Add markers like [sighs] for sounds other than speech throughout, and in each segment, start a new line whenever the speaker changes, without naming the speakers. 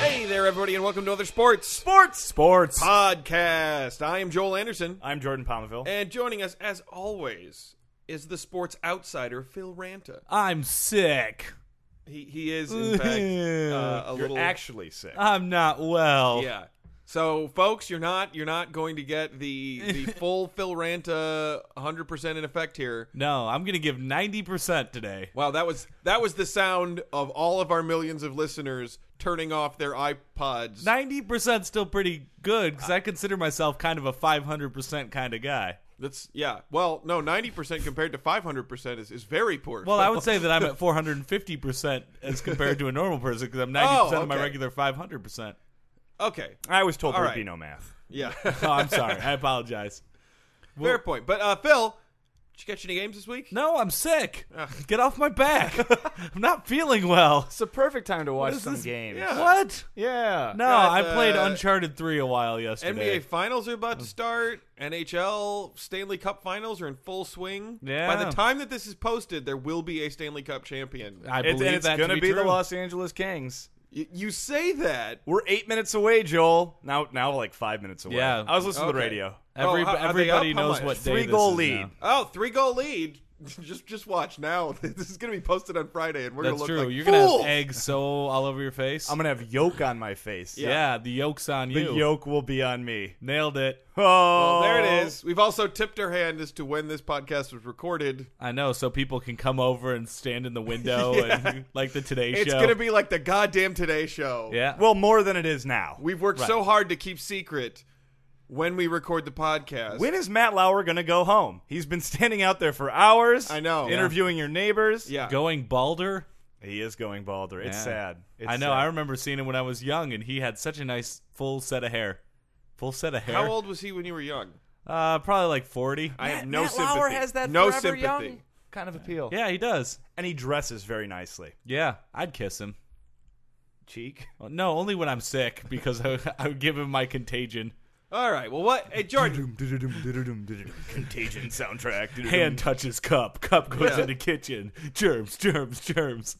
Hey there, everybody, and welcome to Other Sports
Sports! Sports.
Podcast. I am Joel Anderson,
I'm Jordan Palmaville.
and joining us, as always, is the sports outsider Phil Ranta.
I'm sick.
He he is in fact uh, a
You're
little
actually sick.
I'm not well.
yeah. So, folks, you're not you're not going to get the the full Phil Ranta 100 percent in effect here.
No, I'm going to give 90% today.
Wow, that was that was the sound of all of our millions of listeners turning off their iPods.
90% still pretty good because I consider myself kind of a 500% kind of guy.
That's yeah. Well, no, 90 percent compared to 500 percent is is very poor.
Well, I would say that I'm at 450% as compared to a normal person because
Oh,
I'm 90% of my
okay.
regular 500%.
okay.
I was told
All
there
right.
would be no math.
[laughs]
Yeah.
Oh, I'm sorry. I apologize.
Fair point. But uh, Phil, did you catch any games this week?
No, I'm sick. Get off my
[laughs]
back. I'm not feeling well.
It's the perfect time to watch
This
some
is-
games.
yeah.
What?
Yeah.
No,
Got,
I played
uh,
Uncharted 3 a while yesterday.
NBA Finals are
Oh.
about to start. NHL Stanley Cup Finals are in full swing.
Yeah.
By the time that this is posted, there will be a Stanley Cup champion.
I
It's,
believe
and it's
that
going
to
to
be,
be, the
true.
Los Angeles Kings.
Y- you say that.
We're eight minutes away, Joel. Now, now we're like five minutes away.
Yeah.
I was listening to the
Okay.
radio.
Every,
Oh, are they
everybody
up? How
knows
much?
what day
Three
this
goal
is
lead.
now.
Oh, three goal lead. [laughs] just just watch now. [laughs] This is going to be posted on Friday, and we're going to
That's
look
true.
like
You're going to
fools.
have eggs so all over your face.
I'm gonna have yolk on my face.
yeah. the yolk's on
The
you.
yolk will be on me.
Nailed it.
Oh,
Well, there it is. We've also tipped our hand as to when this podcast was recorded.
I know, so people can come over and stand in the
[laughs]
window and like the Today
It's
Show.
going to be like the goddamn Today Show.
yeah.
Well, more than it is now.
We've worked so hard to keep secret when we record the podcast.
When is Matt Lauer gonna go home? He's been [laughs] standing out there for hours.
I know.
Interviewing your neighbors.
yeah.
going balder.
He is going balder. It's
Yeah.
sad. It's
I know.
uh,
sad.
I remember seeing him when I was young, and he had such a nice full set of hair. Full set of hair.
How old was he when you were young?
Uh, probably like forty.
I have
Matt-
no
Matt
sympathy.
Lauer has that
no
forever
sympathy.
young kind of appeal.
yeah, he does.
And he dresses very nicely.
Yeah, I'd kiss him.
Cheek.
Well, No, only when I'm sick because [laughs] I, I would give him my contagion
All right. Well, what?
[laughs]
Hey, Jordan.
Contagion [laughs] soundtrack.
hand touches cup, cup goes
Yeah.
in the kitchen, germs, germs, germs.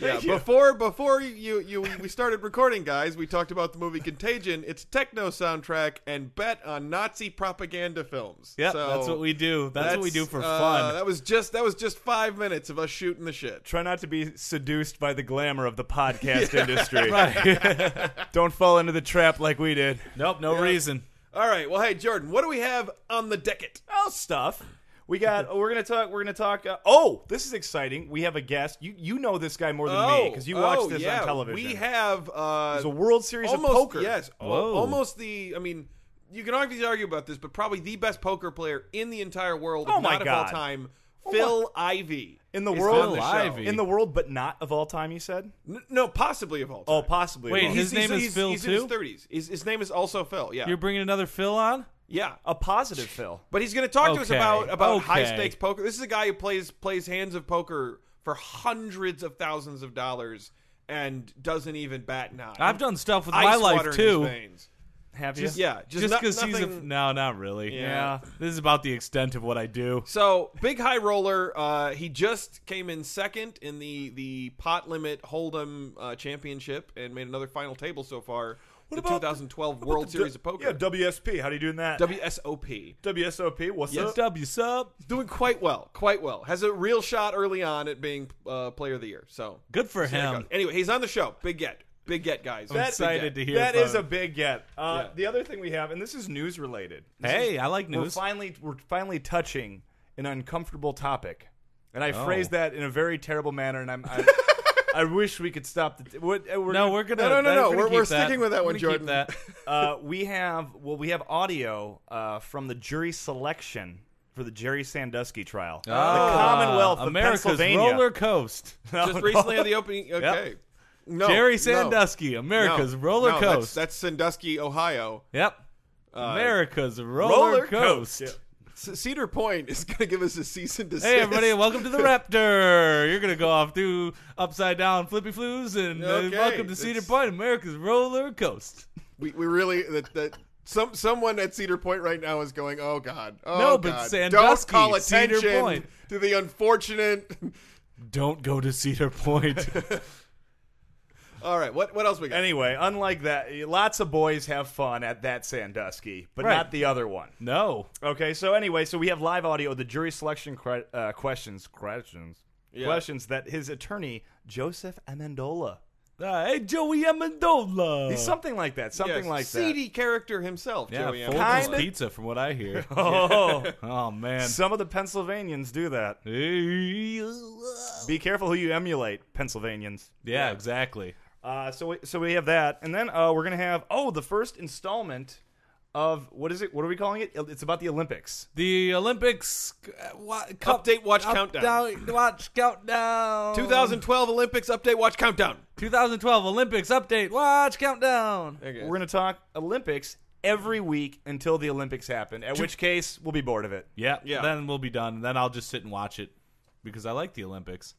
yeah,
Thank you.
before before you you we started recording, guys, we talked about the movie Contagion, its techno soundtrack, and bet on Nazi propaganda films.
Yeah,
So,
that's what we do. That's, what we do
that's,
for
uh,
fun.
That was just that was just five minutes of us shooting the shit.
Try not to be seduced by the glamour of the podcast [laughs] industry.
Right.
[laughs] Don't fall into the trap like we did.
nope, no reason.
All right. Well, hey, Jordan, what do we have on the decket?
Oh, stuff. We got. We're gonna talk. We're gonna talk. Uh, oh, this is exciting. We have a guest. You you know this guy more than me because you watched
oh,
this
yeah,
on television.
We have uh,
It's a World Series
almost
of Poker.
yes, al-
Whoa.
almost the. I mean, you can obviously argue about this, but probably the best poker player in the entire world, if
Oh, my
not of all
God.
time, Phil Ivey.
Oh in the
is
world.
on the
Phil
show.
Ivey.
In the world, but not of all time. You said.
N- no, possibly of all time.
Oh, possibly.
Wait,
Well,
his
he's,
name is
he's,
Phil,
he's in his
too?
thirties. His, his name is also Phil. Yeah,
You're bringing another Phil on?
yeah.
a positive Phil.
But he's going to talk to us
Okay,
about about
okay.
high stakes poker. This is a guy who plays plays hands of poker for hundreds of thousands of dollars and doesn't even bat an eye.
I've done stuff with
Ice
my
water
life
in his
too.
veins.
Have you?
Just-
Yeah, just
just
not-
because he's a f-
nothing-
no, not really.
Yeah.
this is about the extent of what I do.
So big high roller. Uh, he just came in second in the the pot limit hold'em uh, championship and made another final table so far. What the
about the-
2012 World Series of Poker?
Yeah, WSP. How do you do in that?
WSOP
WSOP. What's
Yes.
up?
W sub,
doing quite well, quite well. Has a real shot early on at being uh, player of the year. So
good for
There it
him.
goes. Anyway, he's on the show. Big get, big get, guys.
I'm excited to hear.
That
from
is a big get. Uh,
Yeah.
The other thing we have, and this is news related. This
hey.
is-
I like
we're
news.
finally we're finally touching an uncomfortable topic, and I
Oh.
phrased that in a very terrible manner, and I'm.
[laughs]
I, I wish we could stop. The t- what, uh, we're
No, we're gonna.
No, no, no,
that-
no,
gonna
we're-
keep
we're sticking with that
We're
one,
gonna
Jordan.
Keep
[laughs]
that.
uh, we have well, we have audio uh, from the jury selection for the Jerry Sandusky trial. the Commonwealth of
Ah. Uh, America's
[laughs]
Pennsylvania.
roller coast. [laughs]
Just recently at the opening. Okay. No,
Jerry
no,
Sandusky,
no,
America's roller
no,
coast.
That's, Uh, that's Sandusky, Ohio.
yep. America's roller,
Roller
coast.
coast. Yeah.
C- Cedar Point is going to give us a cease and desist.
Hey everybody, welcome
[laughs]
to the Raptor. You're gonna go off do upside down flippy floos and uh,
Okay,
welcome to Cedar
that's-
Point, America's roller coast.
we, we really that that some someone at Cedar Point right now is going, oh god, oh
No, but
God.
Sandusky,
don't call
Cedar
attention
Point.
to the unfortunate. [laughs]
Don't go to Cedar Point.
All right, what what else we got?
Anyway, unlike that, lots of boys have fun at that Sandusky, but
Right.
not the other one.
no.
Okay, so anyway, so we have live audio of the jury selection cri- uh, questions questions
Yeah.
questions that his attorney Joseph Amendola.
Uh, hey, Joey Amendola.
He's something like that.
Yeah,
Something like
seedy character himself,
yeah,
Joey.
Folger's
Amendola.
Kinda.
pizza, from what I
[laughs]
hear.
that. Oh,
oh man.
some of the Pennsylvanians do that.
yeah,
Be careful who you emulate, Pennsylvanians.
exactly.
Uh, so we, so we have that, and then uh, we're gonna have oh the first installment of what is it? What are we calling it? It's about the Olympics.
The Olympics uh, wa- cup-
Update watch countdown.
down- watch countdown.
2012 Olympics update. Watch countdown.
2012 Olympics update. Watch countdown.
There you go.
We're gonna talk Olympics every week until the Olympics happen. At which case we'll be bored of it.
Yeah,
Yeah.
Then we'll be done. Then I'll just sit and watch it because I like the Olympics.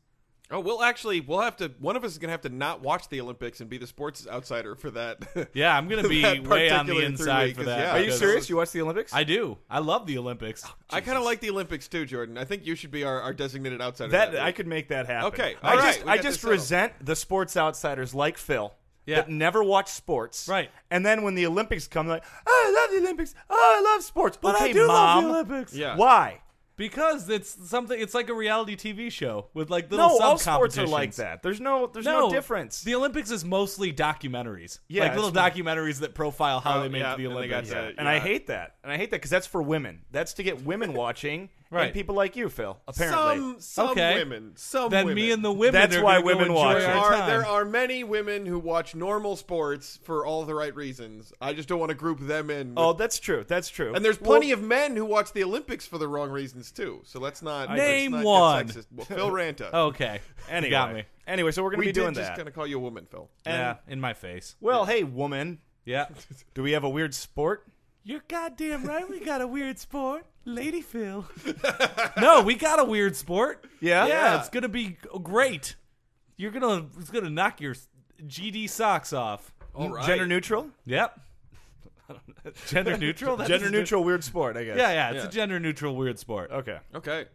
Oh, we'll actually we'll have to. One of us is gonna have to not watch the Olympics and be the sports outsider for that.
[laughs] Yeah, I'm
[laughs]
gonna be
That
way on the
particular three
inside
week
for
is-
that.
yeah.
Are you
because-
serious? You watch the Olympics?
I do. I love the Olympics.
I kind of like the Olympics too, Jordan. I think you should be our, our designated outsider.
that
week.
I could make that happen.
Okay,
I
all right,
just
we
I
got
just
this settled.
resent the sports outsiders like Phil.
Yeah.
That never watch sports.
Right.
And then when the Olympics come, they're like, oh, I love the Olympics. Oh, I love sports.
But
okay,
I do love
mom.
the Olympics.
Yeah.
Why?
Because it's something. It's like a reality TV show with like little
No,
sub
all sports are like
competitions.
that. There's no there's no,
No,
difference.
The Olympics is mostly documentaries.
Yeah,
like little
it's-
documentaries that profile how
Oh,
they made
yeah,
it to the
and they got
Olympics.
that.
Yeah.
Yeah.
and I hate that. And I hate that because that's for women. That's to get women watching
Right.
and people like you, Phil. Apparently.
some some
Okay.
women. Some
Then
Oh, women.
me and the women.
That's
are
why
gonna go
women
enjoy
watch
There
it.
our
are,
time.
there are many women who watch normal sports for all the right reasons. I just don't want to group them in. with-
oh, that's true. That's true.
and there's plenty of men who watch the Olympies for the wrong reasons too. So let's not let's
Name
not get
one. Oh,
sexist.
[laughs]
Well, Phil Ranta.
Okay.
anyway.
You got me.
Anyway, so we're gonna
we
be
did
doing
just
that.
gonna call you a woman, Phil.
And-
yeah, in my face.
Well, hey, woman,
Yeah.
do we have a weird sport?
You're goddamn right. We got a weird sport, Lady Phil. [laughs] no, we got a weird sport.
Yeah?
yeah,
Yeah.
It's gonna be great. You're gonna. It's gonna knock your GD socks off.
All right.
Gender neutral?
[laughs]
Yep. [laughs] Gender neutral. That
Gender
doesn't-
neutral weird sport, I guess.
Yeah, yeah. It's
Yeah.
a gender neutral weird sport.
Okay.
Okay.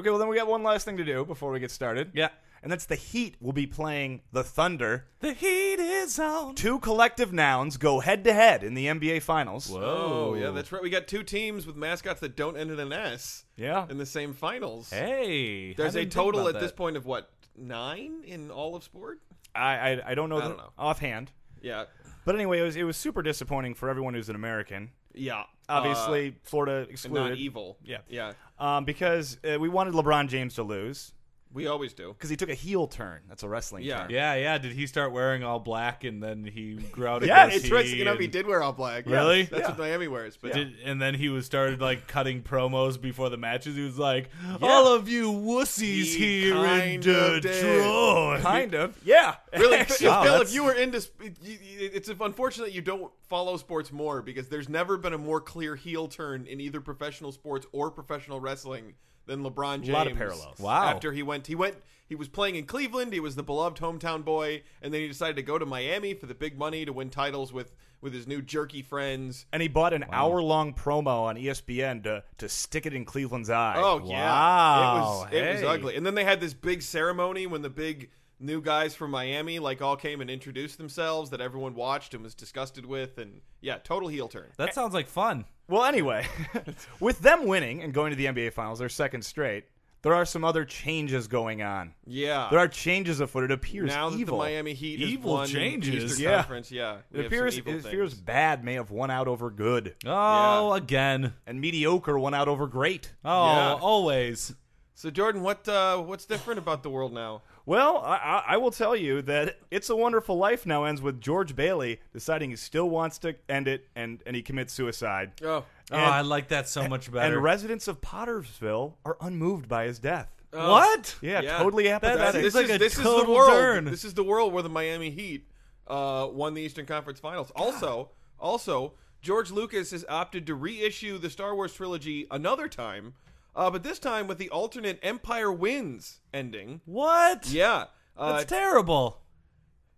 Okay, well then we got one last thing to do before we get started.
Yeah.
And that's the Heat will be playing the Thunder.
The heat is on.
Two collective nouns go head to head in the NBA finals.
Oh yeah, that's right. We got two teams with mascots that don't end in an S
Yeah.
in the same finals.
Hey.
There's
I
a
didn't think
total
about
at this
that.
point of what nine in all of sport.
I I, I don't know
I
the-
don't know.
offhand.
Yeah,
But anyway, it was it was super disappointing for everyone who's an American.
yeah.
Obviously, Florida
uh, not
excluded.
evil.
Yeah.
yeah.
Um, because uh, we wanted LeBron James to lose
We always do.
because he took a heel turn. That's a wrestling
Yeah.
term.
Yeah, yeah. Did he start wearing all black and then he grew
[laughs]
out a
Yeah,
goatee
It's right. You know,
and-
he did wear all black.
Really?
That's
Yeah.
what Miami wears. But
Did, and then he was started like cutting promos before the matches. He was like, "All of you wussies
He
here in
kind
[laughs]
of did.
Detroit."
Kind of. Yeah.
really,
Actually,
Phil,
[laughs] Wow,
Phil,
that's-
if you were into, sp- you- you- it's unfortunate that you don't follow sports more because there's never been a more clear heel turn in either professional sports or professional wrestling than LeBron James.
lot of parallels.
Wow.
After he went, he went, he was playing in Cleveland. He was the beloved hometown boy, and then he decided to go to Miami for the big money to win titles with with his new jerky friends.
and he bought an hour long promo on E ESPN to, to stick it in Cleveland's eye.
Oh yeah, it
Wow.
was it was
Hey.
ugly. And then they had this big ceremony when the big new guys from Miami like all came and introduced themselves that everyone watched and was disgusted with, and yeah, total heel turn.
That sounds like fun.
Well, anyway, [laughs] with them winning and going to the NBA finals, their second straight, there are some other changes going on.
Yeah,
There are changes afoot. It appears
now that
evil.
the Miami Heat has
Evil
won the
changes.
Eastern
Yeah.
Conference, yeah, we
it
have some
appears, it
evil
appears
things.
bad may have won out over good,
Oh, again.
and mediocre won out over great.
Oh,
Yeah.
always.
So Jordan, what uh, what's different about the world now?
Well, I, I, I will tell you that It's a Wonderful Life now ends with George Bailey deciding he still wants to end it, and, and he commits suicide.
Oh,
Oh,
And-
I like that so much better.
And residents of Pottersville are unmoved by his death.
Uh, what?
Yeah,
Yeah.
totally
That-
That's-
apathetic.
this
like
is,
a
this is the
total
world.
turn.
This is the world where the Miami Heat uh, won the Eastern Conference Finals. Also, also George Lucas has opted to reissue the Star Wars trilogy another time, uh, but this time with the alternate Empire wins ending.
What?
Yeah. Uh,
That's terrible.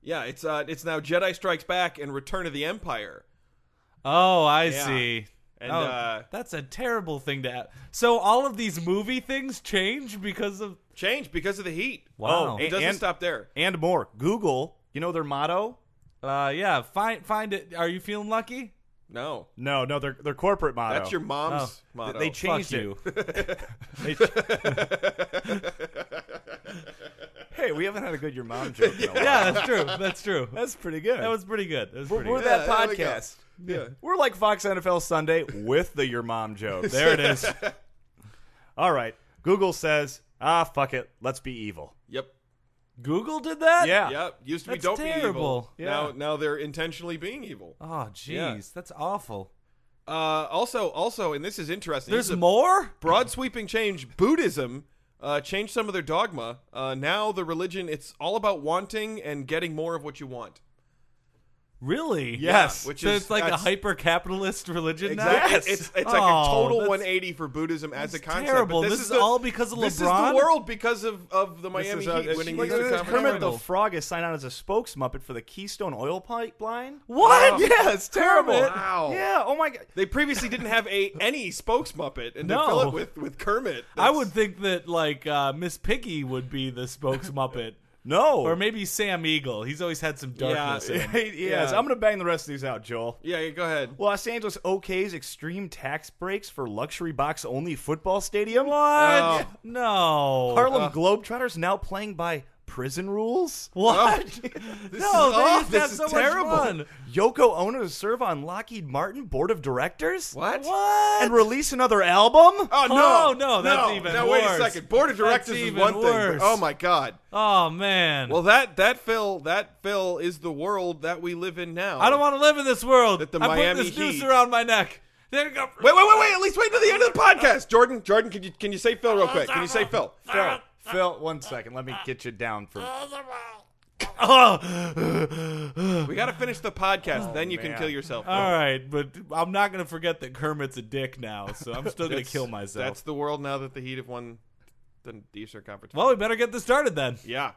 yeah, it's uh, it's now Jedi Strikes Back and Return of the Empire.
Oh, I
Yeah.
see.
And,
Oh,
uh,
that's a terrible thing to. Add. So all of these movie things change because of. oh,
Changed because of the heat.
Wow.
it doesn't
And-
stop there.
and more. Google, you know their motto?
Uh, yeah. Find find it. Are you feeling lucky?
No,
No, no, their their corporate motto.
that's your mom's
Oh.
motto.
They changed
Fuck
it.
you.
They ch- hey, we haven't had a good your mom joke
[laughs]
in a while.
yeah, that's true. That's true.
That's pretty good.
That was pretty good. That was
we're
pretty
we're
good.
that
Yeah, there we go.
podcast.
yeah.
We're like Fox NFL Sunday with the your mom joke.
There it
[laughs]
is.
All right. Google says, ah, fuck it. Let's be evil.
Yep.
Google did that.
Yeah.
Yep. Used to be
That's
don't
terrible.
be
Yeah.
evil. Now now they're intentionally being evil.
Oh, jeez,
Yeah.
that's awful.
Uh, also also and this is interesting.
There's
this is a
more.
broad sweeping change Buddhism uh, changed some of their dogma. Uh, now the religion it's all about wanting and getting more of what you want.
Really?
Yes. which
Which so
is-
it's like a
that's-
hyper capitalist religion
Exactly.
now?
It's, it's, it's like a
Oh,
total
that's
180 for Buddhism as a concept. but
terrible. This
is
is
the-
all because of
This is the
LeBron?
world because of, of the Miami
This is, uh,
Heat winning the
like,
Eastern
this
Conference
Kermit the
Finals.
Frog is signed on as a spokesmuppet for the Keystone Oil Pipeline.
What? [laughs]
Yeah, it's terrible.
Kermit.
Wow.
Yeah. Oh my god.
They previously didn't have a any spokesmuppet, and
No.
to fill it with with Kermit,
I would think that like uh, Miss Piggy would be the
[laughs]
spokesmuppet,
No.
or maybe Sam Eagle. He's always had some darkness. in him.
[laughs] yes. I'm gonna bang the rest of these out, Joel.
Yeah, go ahead.
Los Angeles OK's extreme tax breaks for luxury box only football stadium. What?
Oh.
What? no.
Harlem
Uh.
Globetrotters now playing by prison rules.
[laughs]
[laughs]
What? no,
Oh. is
they
off.
used to
This
have
is
so much
terrible.
fun.
Yoko Ono to serve on Lockheed Martin board of directors.
What?
What?
And release another album?
Oh no,
Oh, no, that's even
Now wait a
worse.
second. Board of
That's
directors is
even
one thing.
worse.
But, oh my god.
oh man.
Well, that that Phil that Phil is the world that we live in now.
I don't want to live in this world.
That the
I'm
Miami
putting this noose
Heat-
around my neck. There you go.
Wait, wait, wait, wait. At least wait until the end of the podcast. Jordan, Jordan, can you can you say Phil real quick? Can you
[laughs]
say Phil?
Phil, Phil, one second. Let me get you down for.
Oh.
We got to finish the podcast, then you can
man.
kill yourself.
All right, but I'm not gonna forget that Kermit's a dick now, so I'm still gonna kill myself.
That's the world now that the Heat have won the Eastern Conference.
Well, we better get this started then.
Yeah.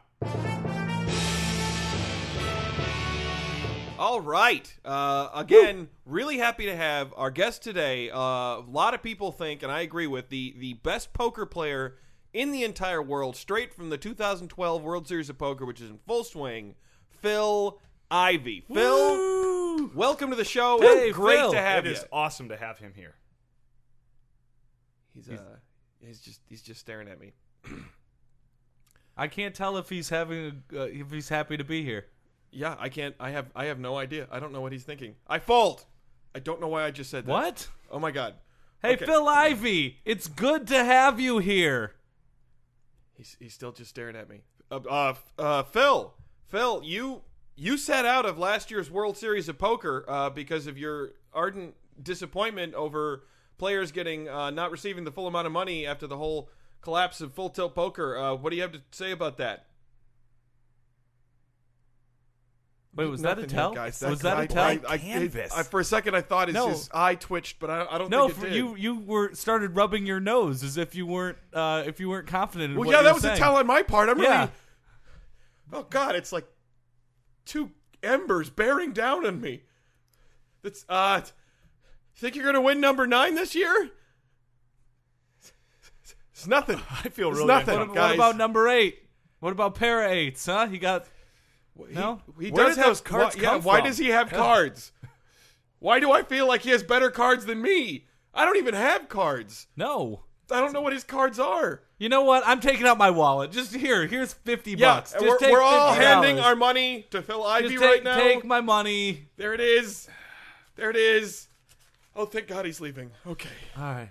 All right. Uh, again, really happy to have our guest today. Uh, a lot of people think, and I agree with the the best poker player in the entire world, straight from the 2012 World Series of Poker, which is in full swing. Phil Ivy. Phil,
Woo!
welcome to the show.
Hey,
It's great
Phil.
to have
It
you.
is awesome to have him here. [laughs]
He's, uh, he's just he's just staring at me.
I can't tell if he's having a, uh, if he's happy to be here.
Yeah, I can't. I have I have no idea. I don't know what he's thinking. I fold. I don't know why I just said that.
What?
Oh my god.
Hey,
Okay.
Phil Ivy, it's good to have you here.
He's he's still just staring at me. Uh, uh, uh Phil, Phil, you you sat out of last year's World Series of Poker uh, because of your ardent disappointment over players getting uh, not receiving the full amount of money after the whole collapse of Full Tilt Poker. Uh, what do you have to say about that?
Wait, was that a
Nothing
tell?
here, guys.
was
I-
that a tell?
I, I,
Canvas.
I- for a second, I thought his,
No.
his eye twitched, but I, I don't
no,
think it
for
did.
you you were started rubbing your nose as if you weren't uh, if you weren't confident. In
Well,
what
yeah,
you
that
were
was
saying.
a tell on my part. I'm
Yeah.
really. Oh God, it's like two embers bearing down on me. That's uh. t- Think you're gonna win number nine this year? It's nothing. I
feel
it's
really
nothing,
uncomfortable.
What
guys.
about number eight? What about para eights? Huh? You got
He-
no?
He,
Where
does
did
have
those cards
why, yeah,
come
Why
from?
does he have cards? Why do I feel like he has better cards than me? I don't even have cards.
no.
I don't know what his cards are.
You know what? I'm taking out my wallet. Just here. Here's fifty bucks.
yeah,
Just
we're,
take
we're all
$50.
handing our money to Phil Ivy
Just take,
right now.
take my money.
There it is. There it is. Oh, thank God he's leaving. Okay.
All right.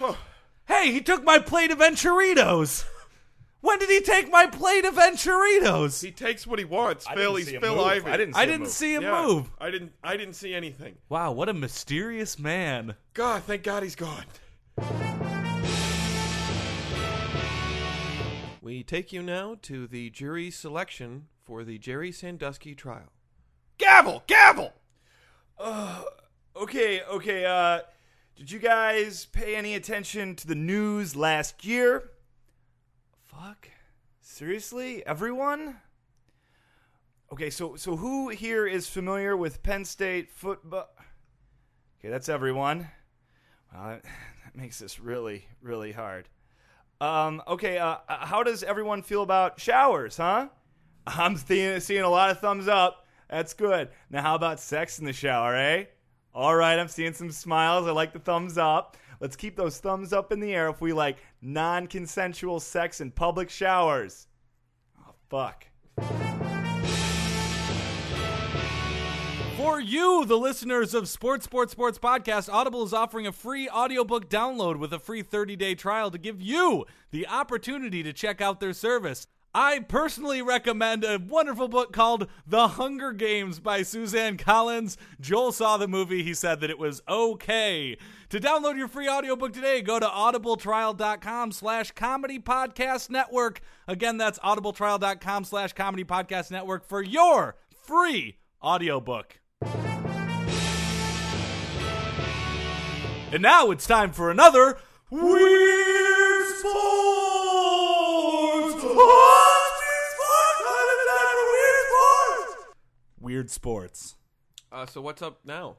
Oh.
Hey, he took my plate of enchiritos. When did he take my plate of enchiritos?
He takes what he wants. Phil,
didn't
he's
see him
Phil
move.
Ivy.
I didn't. See
I
him
didn't
move.
see him
Yeah.
move.
I didn't. I didn't see anything.
Wow, what a mysterious man.
God, thank God he's gone. We take you now to the jury selection for the Jerry Sandusky trial. Gavel, gavel.
Okay, okay. Uh, did you guys pay any attention to the news last year? Fuck. Seriously, everyone? Okay, so so who here is familiar with Penn State football? Okay, that's everyone. Uh, that [laughs] makes this really really hard. Um, okay, uh, uh, how does everyone feel about showers, huh? I'm seeing, seeing a lot of thumbs up. That's good. Now, how about sex in the shower, eh? All right, I'm seeing some smiles. I like the thumbs up. Let's keep those thumbs up in the air if we like non consensual sex in public showers. Oh, fuck.
For you, the listeners of Sports Sports Sports Podcast, Audible is offering a free audiobook download with a free 30-day trial to give you the opportunity to check out their service. I personally recommend a wonderful book called The Hunger Games by Suzanne Collins. Joel saw the movie, he said that it was okay. To download your free audiobook today, go to audibletrial.com slash comedy podcast network. Again, that's audibletrial.com slash comedy podcast network for your free audiobook. And now it's time for another Weird Sports! Weird Sports.
Uh, so what's up now?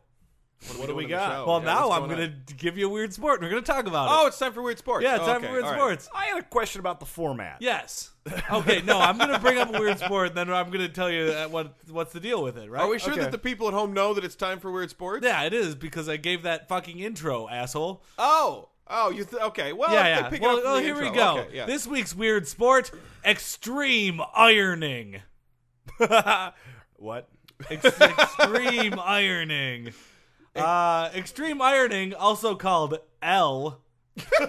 What,
do
doing
we
in the
got?
shower?
Well,
Yeah,
now
what's
I'm
going
gonna
on?
give you a weird sport. We're gonna talk about it.
Oh, it's time for weird sports.
yeah, it's
Oh,
time
okay,
for weird
all right.
sports.
I had a question about the format.
[laughs]
Yes. Okay. No, I'm gonna bring up a weird sport, then I'm gonna tell you uh, what what's the deal with it, right?
Are we sure
Okay.
that the people at home know that it's time for weird sports?
Yeah, it is because I gave that fucking intro, asshole.
Oh, oh, you th- okay? Well,
yeah,
they
yeah.
pick it
well,
up from
well,
the
here we
intro.
go.
Okay, yeah.
This week's weird sport: extreme ironing.
What?
Ex- extreme ironing. Uh, extreme ironing, also called L.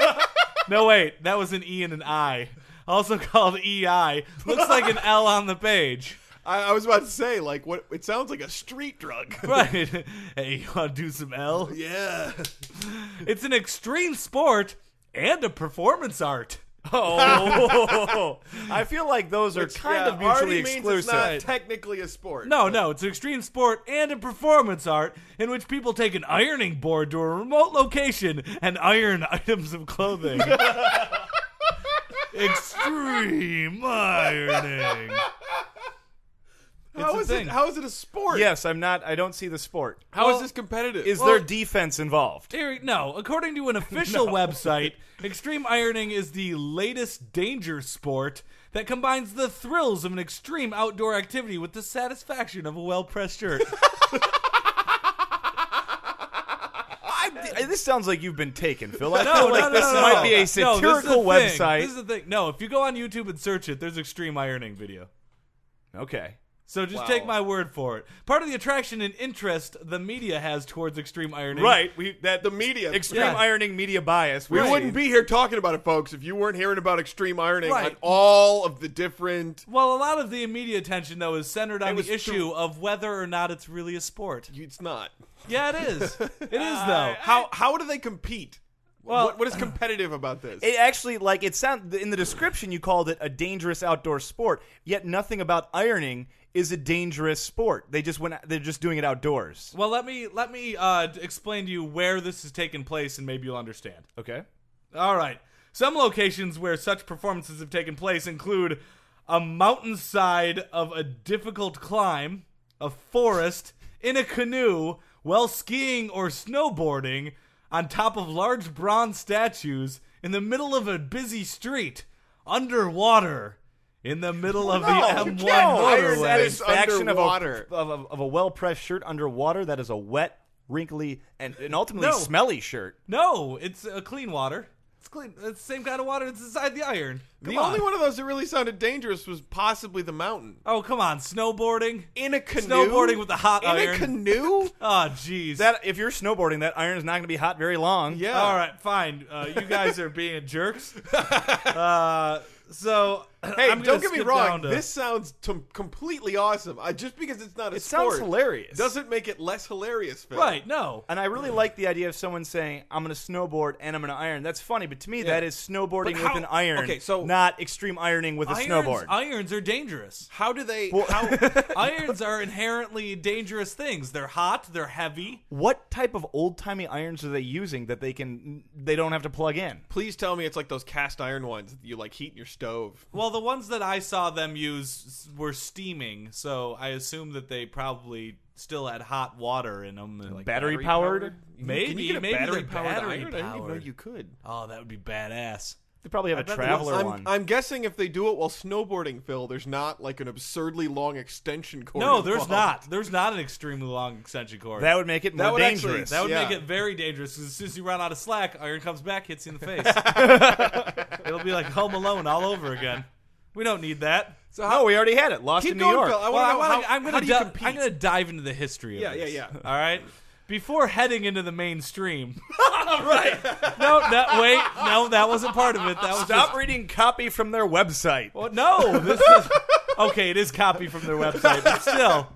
[laughs] no, wait, that was an E and an I. Also called EI. Looks like an L on the page.
I, I was about to say, like, what? It sounds like a street drug.
Right. [laughs] hey, you want to do some L?
yeah.
It's an extreme sport and a performance art. [laughs]
Oh, I feel like those are kind
Yeah,
of mutually
already means
exclusive.
It's not technically a sport.
No, no, it's an extreme sport and a performance art in which people take an ironing board to a remote location and iron [laughs] items of clothing. extreme ironing.
How
a
is it?
thing.
How is it a sport?
Yes, I'm not. I don't see the sport.
How is
Well,
this competitive?
Is there defense involved?
Eric, no, according to an official website, extreme ironing is the latest danger sport that combines the thrills of an extreme outdoor activity with the satisfaction of a well-pressed shirt.
I, this sounds like you've been taken, Phil. I
[laughs] No,
feel [laughs] like
no, no,
this
no,
might
no.
be
No,
a
this is
satirical
the thing.
website.
This is the thing. No, if you go on YouTube and search it, there's extreme ironing video.
okay.
So just
Wow.
take my word for it. Part of the attraction and interest the media has towards extreme ironing.
Right. We that
the media.
extreme
Yeah.
ironing media bias.
We
Right.
wouldn't be here talking about it, folks, if you weren't hearing about extreme ironing
Right.
on all of the different.
Well, a lot of the media attention though is centered on
was
the issue
too-
of whether or not it's really a sport.
It's not.
Yeah, it is.
[laughs]
it is though.
How how do they compete?
Well-
what, what is competitive about this?
It actually like it sound in the description you called it a dangerous outdoor sport. Yet nothing about ironing is a dangerous sport. They just went. They're just doing it outdoors.
Well, let me let me uh, d- explain to you where this is taking place, and maybe you'll understand.
Okay.
All right. Some locations where such performances have taken place include a mountainside of a difficult climb, a forest, in a canoe, while skiing or snowboarding, on top of large bronze statues, in the middle of a busy street, underwater, in the middle of
No,
the
you
M1
can't.
motorway.
That is
Satisfaction of a,
underwater.
of a, of a well pressed shirt underwater. That is a wet, wrinkly, and, and ultimately
No.
smelly shirt.
No, it's uh, clean water. It's clean. It's the same kind of water that's inside the iron. Come
the
on.
only one of those that really sounded dangerous was possibly the mountain.
Oh, come on. Snowboarding.
In a canoe,
Snowboarding with a hot
in
iron.
a canoe.
Oh, jeez.
That if you're snowboarding, that iron is not going to be hot very long.
Yeah.
All right, fine. Uh, you guys are being jerks. Uh, so [clears throat]
Hey,
I'm gonna
don't get me
skip
wrong.
down to-
This sounds t- completely awesome. I, just because it's not a
It
sport
sounds hilarious.
doesn't make it less hilarious. Phil.
Right? No.
And I really like the idea of someone saying, "I'm going to snowboard and I'm going to iron." That's funny, but to me, that is snowboarding
But how-
with an iron,
okay, so-
not extreme ironing with a
Irons,
snowboard.
irons are
[laughs]
dangerous.
How do they?
Well-
how,
irons are inherently dangerous things. They're hot. They're heavy.
[laughs] what type of old timey irons are they using that they can they don't have to plug in?
please tell me it's like those cast iron ones that you like heat in your stove.
Well, the ones that I saw them use s- were steaming, so I assume that they probably still had hot water in them. Like,
battery, powered?
Maybe,
Can you get a
maybe they're
battery powered
battery
iron? I didn't even know
powered.
you could.
oh, that would be badass.
They probably have a
bet the
traveler
I'm,
one.
I'm guessing if they do it while snowboarding, Phil, there's not like an absurdly long extension cord.
No, there's
involved.
not. There's not an extremely long extension cord.
that would make it more
That would actually-
dangerous.
That would
Yeah.
make it very dangerous 'cause as soon as you run out of slack, iron comes back, hits you in the face.
[laughs]
It'll be like Home Alone all over again. We don't need that.
So
no, we already had it. Lost
Keep
in New
going,
York.
Phil. I
Well,
want
I
to know
wanna,
how,
I'm
how
gonna
do you
di-
compete?
I'm gonna dive into the history of
Yeah,
this.
yeah, yeah.
All right. Before heading into the
[laughs]
mainstream. right. [laughs] No, no, wait. No, that wasn't part of it. That was
Stop reading copy from their website.
Well, no, this is okay. It is copy from their website, but still.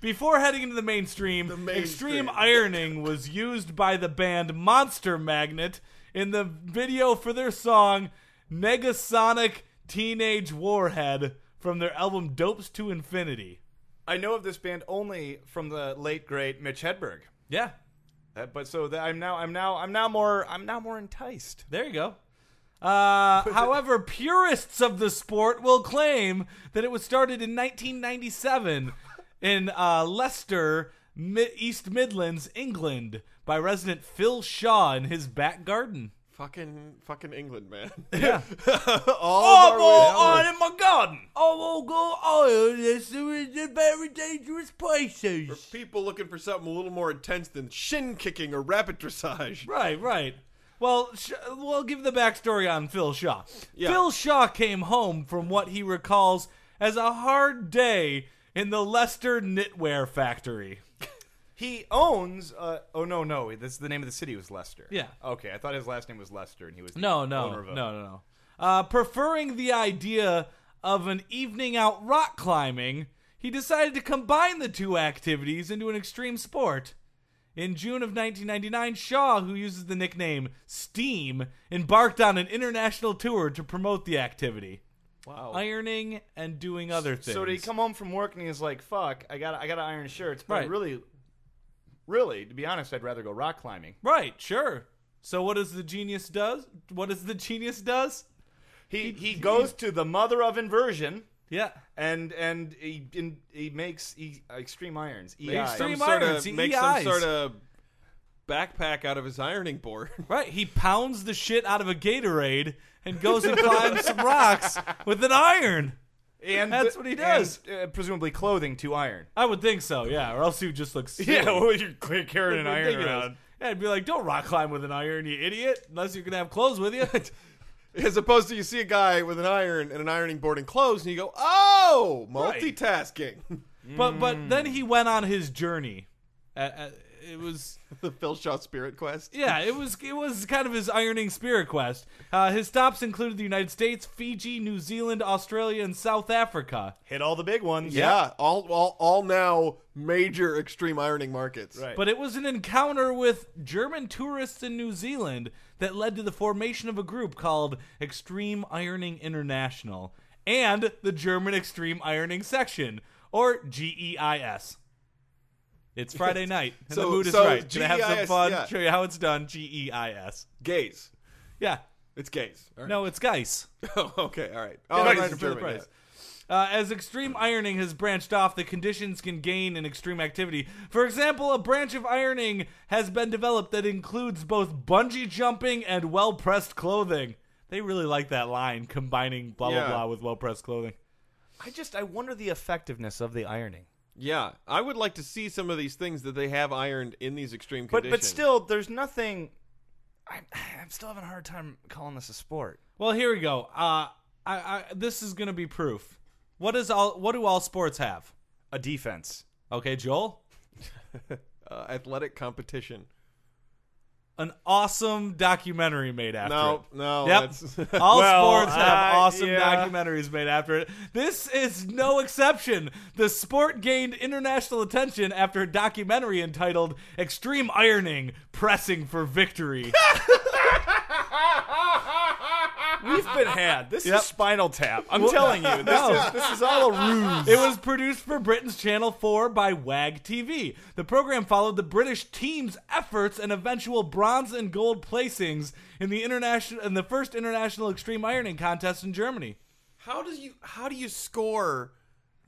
Before heading into the mainstream,
mainstream.
extreme ironing was used by the band Monster Magnet in the video for their song "Negasonic Teenage Warhead" from their album "Dopes to Infinity."
I know of this band only from the late great Mitch Hedberg.
Yeah,
That, but so that I'm now I'm now I'm now more I'm now more enticed.
there you go. Uh, however, purists of the sport will claim that it was started in 1997 in uh, Leicester, Mi- East Midlands, England, by resident Phil Shaw in his back [laughs] garden.
Fucking, fucking England, man. [laughs]
Yeah.
All of our way-
in my garden.
oh, we'll go iron. This is very dangerous places.
people looking for something a little more intense than shin kicking or rapid dressage.
Right, right. Well, sh- we'll give the backstory on Phil Shaw.
Yeah.
Phil Shaw came home from what he recalls as a hard day in the Leicester knitwear factory.
He owns. Uh, oh no, no. This the name of the city was Leicester.
Yeah.
Okay, I thought his last name was Lester, and he was the
No, no,
owner
no,
of a-
no, no. Uh, preferring the idea of an evening out rock climbing, he decided to combine the two activities into an extreme sport. In June of 1999, Shaw, who uses the nickname Steam, embarked on an international tour to promote the activity,
Wow.
ironing and doing other things.
So did he come home from work and he was like, "Fuck, I got I got to iron shirts." But
Right.
really, really, to be honest, I'd rather go rock climbing.
Right, sure. So what does the genius does? What does the genius does?
He he goes to the mother of inversion.
Yeah.
And and he and he makes he, uh, extreme irons. E EI.
Make some
Extreme
sort
irons,
of make some
EIs.
sort of backpack out of his ironing board.
Right, he pounds the shit out of a Gatorade and goes and climbs some rocks with an iron.
and
That's what he does.
and, uh, presumably clothing to iron.
I would think so, yeah, or else he would just look silly.
well, you're carrying
Ridiculous. Yeah, I'd be like, don't rock climb with an iron, you idiot, unless you're going to have clothes with you.
[laughs]
[laughs]
As opposed to you see a guy with an iron and an ironing board and clothes, and you go, "Oh, multitasking." [laughs]
but
Mm.
but then he went on his journey. Uh, uh, it was
the Phil Shaw Spirit Quest.
yeah, it was it was kind of his ironing spirit quest. Uh, his stops included the United States, Fiji, New Zealand, Australia, and South Africa.
Hit all the big ones.
Yeah, all, all all now major extreme ironing markets.
Right.
But it was an encounter with German tourists in New Zealand that led to the formation of a group called Extreme Ironing International and the German Extreme Ironing Section, or GEIS.
[laughs]
It's Friday night, and
So-
the mood is
so
right. Gonna have some
GEIS,
fun,
yeah.
show you how it's done. GEIS.
Gays.
Yeah.
It's gays. All right.
No, it's Geis.
[laughs] Oh, okay. All right. Oh,
Oh,
I'm
price
from
for the
Germany,
price.
yeah.
Uh, as extreme ironing has branched off, the conditions can gain in extreme activity. For example, a branch of ironing has been developed that includes both bungee jumping and well pressed clothing. They really like that line, combining blah blah
Yeah.
blah with well pressed clothing.
I just I wonder the effectiveness of the ironing.
Yeah, I would like to see some of these things that they have ironed in these extreme
But
conditions.
but still, there's nothing. I'm, I'm still having a hard time calling this a sport.
Well, here we go. Uh, I, I, this is going to be proof. What is all? What do all sports have?
A defense.
Okay, Joel.
uh, athletic competition.
an awesome documentary made after
No,
it.
no.
Yep.
That's, [laughs]
All
Well,
sports have
uh,
awesome
yeah.
documentaries made after it. This is no exception. The sport gained international attention after a documentary entitled Extreme Ironing Pressing for Victory.
We've been had. This
Yep.
is Spinal Tap. I'm telling you, this,
no.
is, this is all a ruse.
It was produced for Britain's Channel 4 by WAG TV. The program followed the British team's efforts and eventual bronze and gold placings in the international in the first international extreme ironing contest in Germany.
how does you how do you score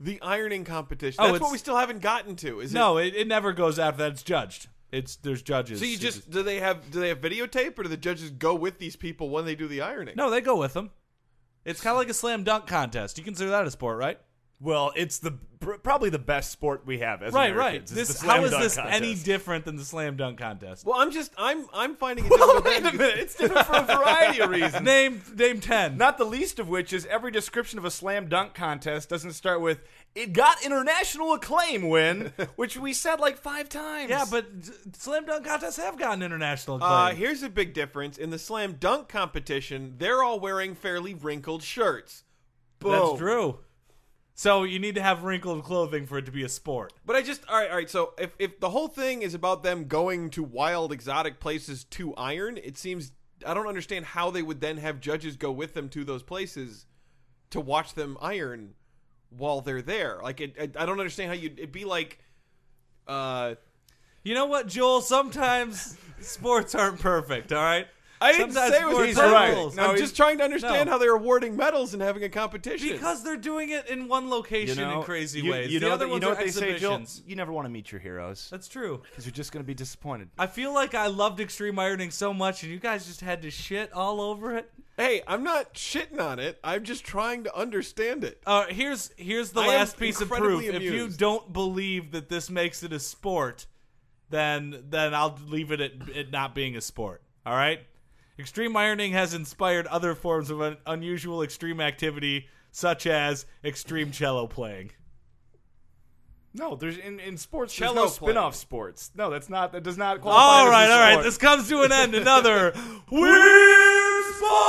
the ironing competition?
Oh,
That's
it's-
what we still haven't gotten to. Is
No, it, it never goes after that. It's judged. It's there's judges.
it? So you just do they have do they have videotape or do the judges go with these people when they do the ironing?
no, they go with them. It's kind of like a slam dunk contest. You consider that a sport, right?
well, it's the pr- probably the best sport we have as
Right, right.
Americans. It's
This
the slam
how is
dunk
this
contest.
any different than the slam dunk contest?
Well, I'm just I'm I'm finding it.
[laughs] Well,
difficult
wait a
because-
minute. It's different for a variety of
[laughs]
reasons.
name name ten.
Not the least of which is every description of a slam dunk contest doesn't start with "It got international acclaim when," which we said like five times.
yeah, but s- slam dunk contests have gotten international acclaim.
Uh, here's a big difference in the slam dunk competition. They're all wearing fairly wrinkled shirts. Boom.
That's true. So you need to have wrinkled clothing for it to be a sport.
But I just all right, all right. So if if the whole thing is about them going to wild, exotic places to iron, it seems I don't understand how they would then have judges go with them to those places to watch them iron while they're there. Like it, it I don't understand how you'd it'd be like. Uh,
You know what, Joel?
[laughs]
Sometimes sports aren't perfect. All right.
I didn't
Sometimes
say it was
sports
he's
aren't
right.
rules.
No,
I'm
he's-
just trying to understand
no.
how they're awarding medals and having a competition.
because they're doing it in one location in crazy
you,
ways.
You know,
the other
that- you
ones
know
are
what they say, Jill?
exhibitions.
You never want to meet your heroes
That's true.
because you're just going to be disappointed.
I feel like I loved extreme ironing so much, and you guys just had to shit all over it.
hey, I'm not shitting on it. I'm just trying to understand it.
Uh, here's here's the
I am
last piece of proof.
incredibly
If you
amused.
don't believe that this makes it a sport, then then I'll leave it at it not being a sport. All right. Extreme ironing has inspired other forms of un- unusual extreme activity, such as extreme cello playing.
No, there's in, in sports.
Cello
there's no
playing.
spin-off sports. No, that's not. That does not qualify.
All
as a
right, all right.
sport.
This comes to an end. [laughs] Another weird sports.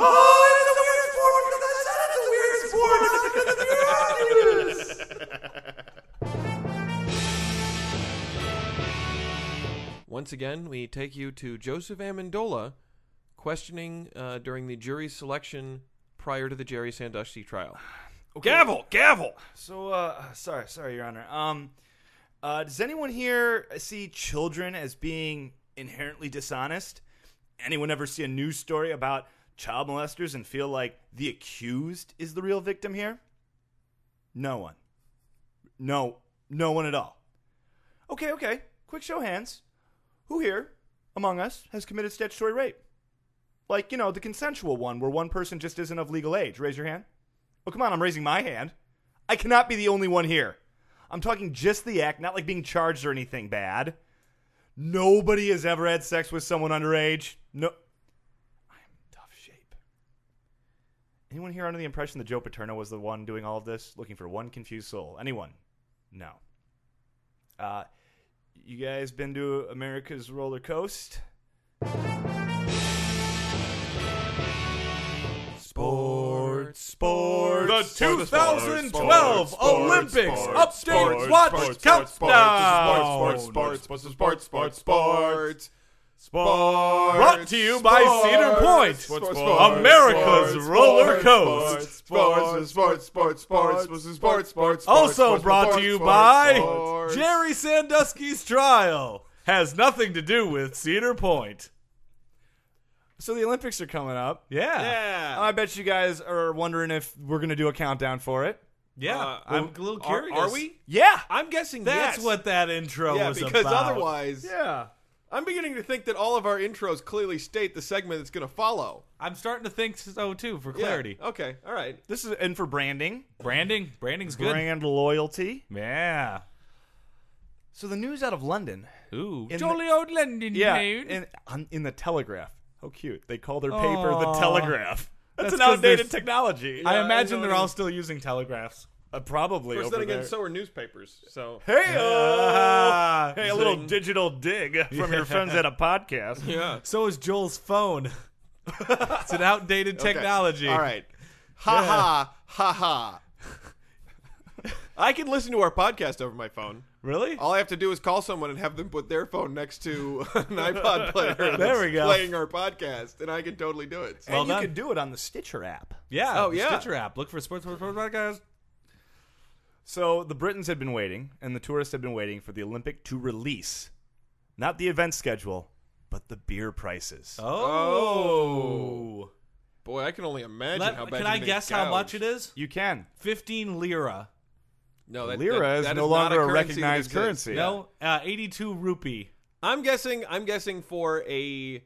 Oh, it's a weird sport. That's a weird sport.
Once again, we take you to Joseph Amendola questioning uh, during the jury's selection prior to the Jerry Sandusky trial.
Gavel, gavel. So, uh, sorry, sorry, Your Honor. Um, uh, does anyone here see children as being inherently dishonest? Anyone ever see a news story about child molesters and feel like the accused is the real victim here? No one. No, no one at all. Okay, okay. Quick show of hands. Who here among us has committed statutory rape? Like, you know, the consensual one where one person just isn't of legal age. Raise your hand. Oh, come on, I'm raising my hand. I cannot be the only one here. I'm talking just the act, not like being charged or anything bad. Nobody has ever had sex with someone underage. No. I'm in tough shape. Anyone here under the impression that Joe Paterno was the one doing all of this, looking for one confused soul? Anyone? No. Uh, you guys been to America's roller coast?
Sports,
sports.
The
Sports,
2012
sports,
Olympics
sports,
update
sports,
watch
sports,
countdown.
Sports, sports, sports, sports, sports, sports, sports, sports, sports.
Brought to you by Cedar Point,
Sports, sports,
America's
sports,
roller
sports,
coast.
Sports, sports, sports, sports, sports, sports, sports.
[laughs] Also
sports,
brought
sports,
to you
sports,
by
sports.
Jerry Sandusky's trial has nothing to do with Cedar Point.
So the Olympics are coming up. Oh,
Yeah,
Yeah.
I bet you guys are wondering if we're going to do a countdown for it.
yeah.
Uh,
I'm
well,
a little
are-
curious.
Are, we?
Yeah.
I'm guessing
That's
yes.
what that intro
Yeah,
was
because
about.
otherwise,
Yeah.
I'm beginning to think that all of our intros clearly state the segment that's going to follow.
I'm starting to think so too. For
Yeah.
clarity,
Okay. All right.
This is and for branding,
branding, branding's good.
brand loyalty.
Yeah.
So the news out of London.
Ooh,
In
jolly old London,
Yeah.
dude.
In, on, in the Telegraph. How cute. They call their paper
Aw.
the Telegraph. [laughs] That's,
That's
an
'cause
outdated
they're-
technology.
I
Yeah,
imagine
know
they're
what [laughs]
all still using telegraphs.
Uh, probably
Of course,
over
then again,
there.
so are newspapers. So
[laughs]
Hey,
Ah,
Oh, hey, a little
[laughs]
digital dig from your friends at a podcast.
yeah,
So is Joel's phone.
[laughs]
it's an outdated technology.
All right,
Ha ha.
ha ha. [laughs] I can listen to our podcast over my phone.
Really?
All I have to do is call someone and have them put their phone next to [laughs] an iPod player that's
There we go.
playing our podcast, and I can totally do it.
and you
done.
can do it on the Stitcher app.
Yeah.
Oh,
the
yeah.
Stitcher app. Look for Sports Sports Sports Podcast.
So the Britons had been waiting, and the tourists had been waiting for the Olympic to release not the event schedule, but the beer prices.
Oh.
Boy, I can only imagine
Let-
how bad.
can I guess how much it is?
You can.
Fifteen lira.
No, that,
Lira
that-
is
that
no
not
longer a,
currency that
recognized
exists.
currency.
No, uh, eighty-two rupee.
I'm guessing. I'm guessing for a.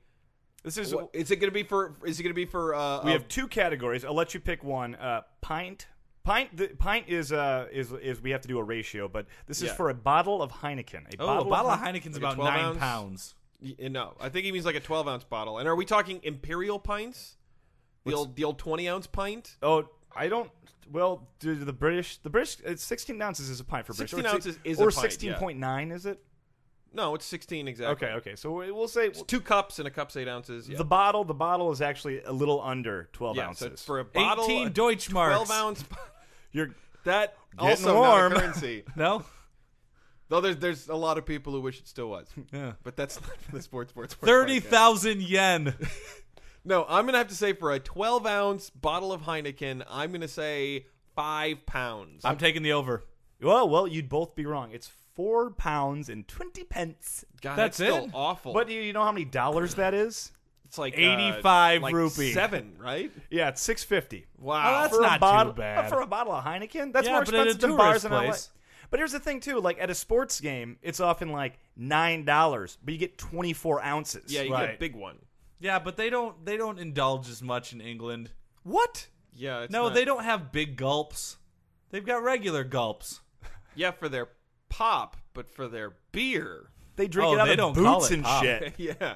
This is
What, is it going to be for? Is it going to be for? Uh,
we
a-
have two categories. I'll let you pick one. Uh, pint. Pint. The, pint is uh is is we have to do a ratio, but this is
Yeah.
for a bottle of Heineken. A
Oh,
bottle
a bottle
of
of Heineken's about
Like a 12
nine
ounce?
pounds.
y- no, I think he means like a 12 ounce bottle. And are we talking imperial pints? The old, the old 20 ounce pint.
Oh, I don't. Well, do the British the British it's sixteen ounces is a pint for British. or
16
it's-
ounces is a
or
pint, yeah.
sixteen point nine is it?
No, it's 16 exactly.
Okay, okay. So we- we'll say
It's two cups and a cup's eight ounces. Yeah.
the bottle. The bottle is actually a little under twelve
yeah, so
ounces.
it's for a bottle.
Eighteen
a
Deutschmarks.
12 ounce. [laughs]
You're
That
Getting
also
warm.
not a currency.
No.
Though there's there's a lot of people who wish it still
[laughs]
was.
Yeah.
But that's not for the sports sports. sports
Thirty
podcast.
thousand yen.
[laughs] No, I'm gonna have to say for a 12 ounce bottle of Heineken, I'm gonna say five pounds.
I'm taking the over.
well, well, you'd both be wrong. It's four pounds and twenty pence.
God,
that's
still
it?
awful.
But do you know how many dollars that is?
it's like uh,
85
like
rupee.
seven, right?
Yeah, it's six fifty.
Wow.
Oh, that's
for
not
a bottle,
too bad.
uh, for a bottle of Heineken. That's
Yeah,
more
but at a
expensive than
tourist
bars in LA.
place.
But here's the thing too, like at a sports game, it's often like nine dollars, but you get twenty four ounces.
yeah, you get a
right.
big one.
Yeah, but they don't they don't indulge as much in England.
what?
Yeah. It's
no,
not-
they don't have big gulps. They've got regular gulps.
Yeah, for their pop, but for their beer.
They drink
Oh,
it out
they
of
don't call
boots
it
and
pop.
shit.
[laughs] yeah.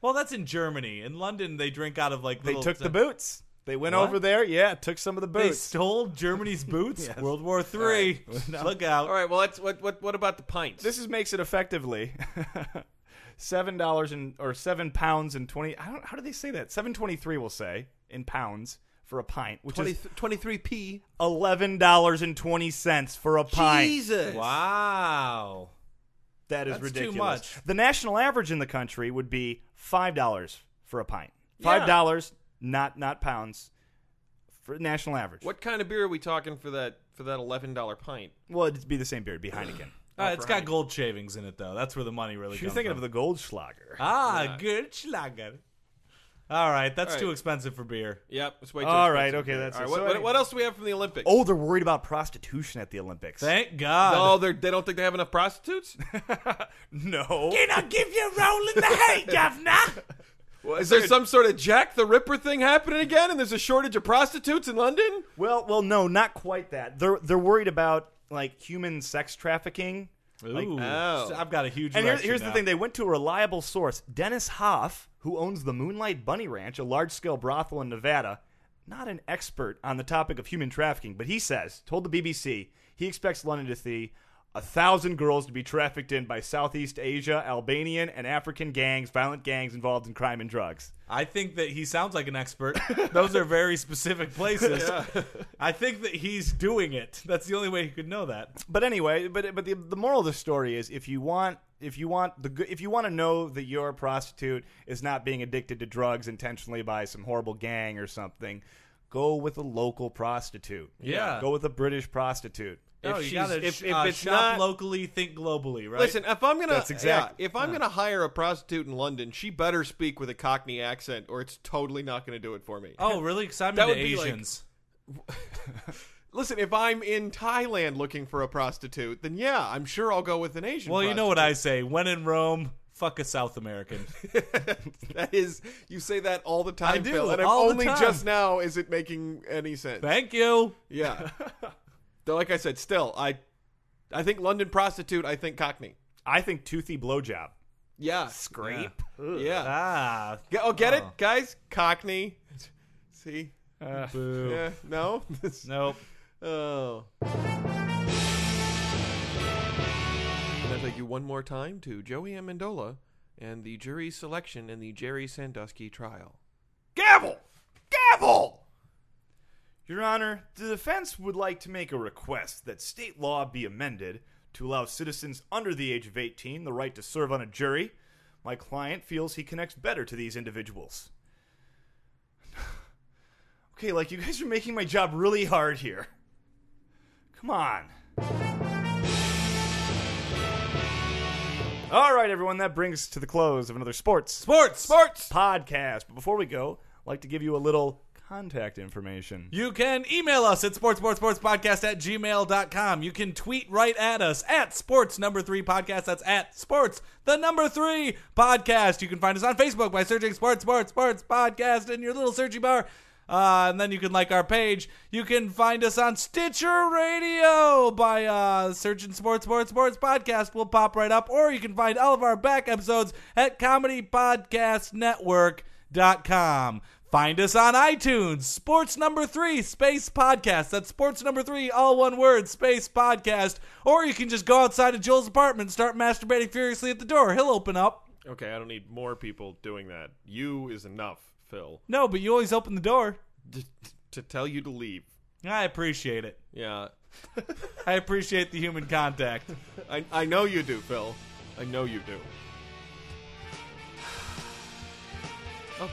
Well, that's in Germany. In London, they drink out of like
They
little-
took the boots. They went
What?
over there. Yeah, took some of the
They
boots.
stole
[laughs]
Germany's boots. World War Three. Look out!
All right. Well, that's what. What? What about the pints?
this is, makes it effectively [laughs] seven dollars and or seven pounds and twenty. I don't. How do they say that? Seven twenty three. We'll say in pounds for a pint, which is
23 p.
eleven dollars and twenty cents for a pint.
Jesus.
Wow.
That is
That's too
ridiculous.
much.
The national average in the country would be five dollars for a pint.
Yeah.
Five dollars, not not pounds, for national average.
What kind of beer are we talking for that for that eleven dollar pint?
Well, it'd be the same beer. It'd be Heineken.
Uh, it's got gold shavings in it though. That's where the money really.
You're
comes
thinking
from.
of the Goldschlager.
ah good schlager. All right, that's
All
too
right.
expensive for beer.
Yep. It's way too
All right,
expensive.
okay, that's
All
it.
right,
So
what, what,
any-
what else do we have from the Olympics?
Oh, they're worried about prostitution at the Olympics.
Thank God.
Oh, they're- they don't think they have enough prostitutes.
no.
I give you a roll in the hay, governor?
Is there some sort of Jack the Ripper thing happening again? And there's a shortage of prostitutes in London?
Well, well, no, not quite that. They're they're worried about like human sex trafficking.
Ooh,
Oh.
I've got a huge.
And here-
erection
here's the
now.
thing: they went to a reliable source, Dennis Hoff, who owns the Moonlight Bunny Ranch, a large-scale brothel in Nevada. Not an expert on the topic of human trafficking, but he says, told the BBC, he expects London to see a thousand girls to be trafficked in by Southeast Asia, Albanian, and African gangs, violent gangs involved in crime and drugs.
I think that he sounds like an expert. Those are very specific places. [laughs] I think that he's doing it. That's the only way he could know that.
But anyway, but but the, the moral of the story is if you want if you want the good if you want to know that your prostitute is not being addicted to drugs intentionally by some horrible gang or something, go with a local prostitute.
Yeah.
Go with a British prostitute.
If
no,
she's-
you gotta
if-
sh-
if
uh,
it's
shop
not-
locally, think globally, right?
Listen, if I'm gonna
That's exact-
yeah, if I'm gonna hire a prostitute in London, she better speak with a Cockney accent, or it's totally not gonna do it for me.
oh really? Because I'm
That
into
would be like-
Asians.
[laughs] Listen, if I'm in Thailand looking for a prostitute, then yeah, I'm sure I'll go with an Asian.
well, you know what I say. When in Rome, fuck a South American.
prostitute. [laughs] that is. You say that all the time,
I do,
Phil, and I'm
all the
only
time.
just now is it making any sense.
Thank
[laughs]
you.
Yeah. Though, like I said, still, I, I think London prostitute. I think Cockney.
I think toothy blowjob.
Yeah.
Scrape.
Yeah.
Ah, [laughs]
G- oh, get it, guys? Cockney. [laughs] See?
boo.
Yeah. No. [laughs]
Nope.
Oh. And I thank you one more time to Joey Amendola and the jury selection in the Jerry Sandusky trial.
Gavel! Gavel! Your Honor, the defense would like to make a request that state law be amended to allow citizens under the age of 18 the right to serve on a jury. My client feels he connects better to these individuals. [sighs] okay, like, you guys are making my job really hard here. Come on. All right, everyone, that brings us to the close of another sports
Sports.
Sports!
podcast. But before we go, I'd like to give you a little contact information.
You can email us at sportsportsportspodcast at gmail.com. You can tweet right at us at sports number three podcast. That's at sports the number three podcast. You can find us on Facebook by searching sports, sports, sports podcast in your little searchy bar. Uh, and then you can like our page. You can find us on Stitcher Radio by uh, searching Sports Sports Sports Podcast. We'll pop right up. Or you can find all of our back episodes at Comedy Podcast Network com. Find us on iTunes, Sports Number Three Space Podcast. That's Sports Number Three, all one word, Space Podcast. Or you can just go outside of Joel's apartment and start masturbating furiously at the door. He'll open up.
Okay, I don't need more people doing that. You is enough, Phil.
No, but you always open the door.
D- to tell you to leave.
I appreciate it.
Yeah.
I appreciate the human contact.
I, I know you do, Phil. I know you do. Okay.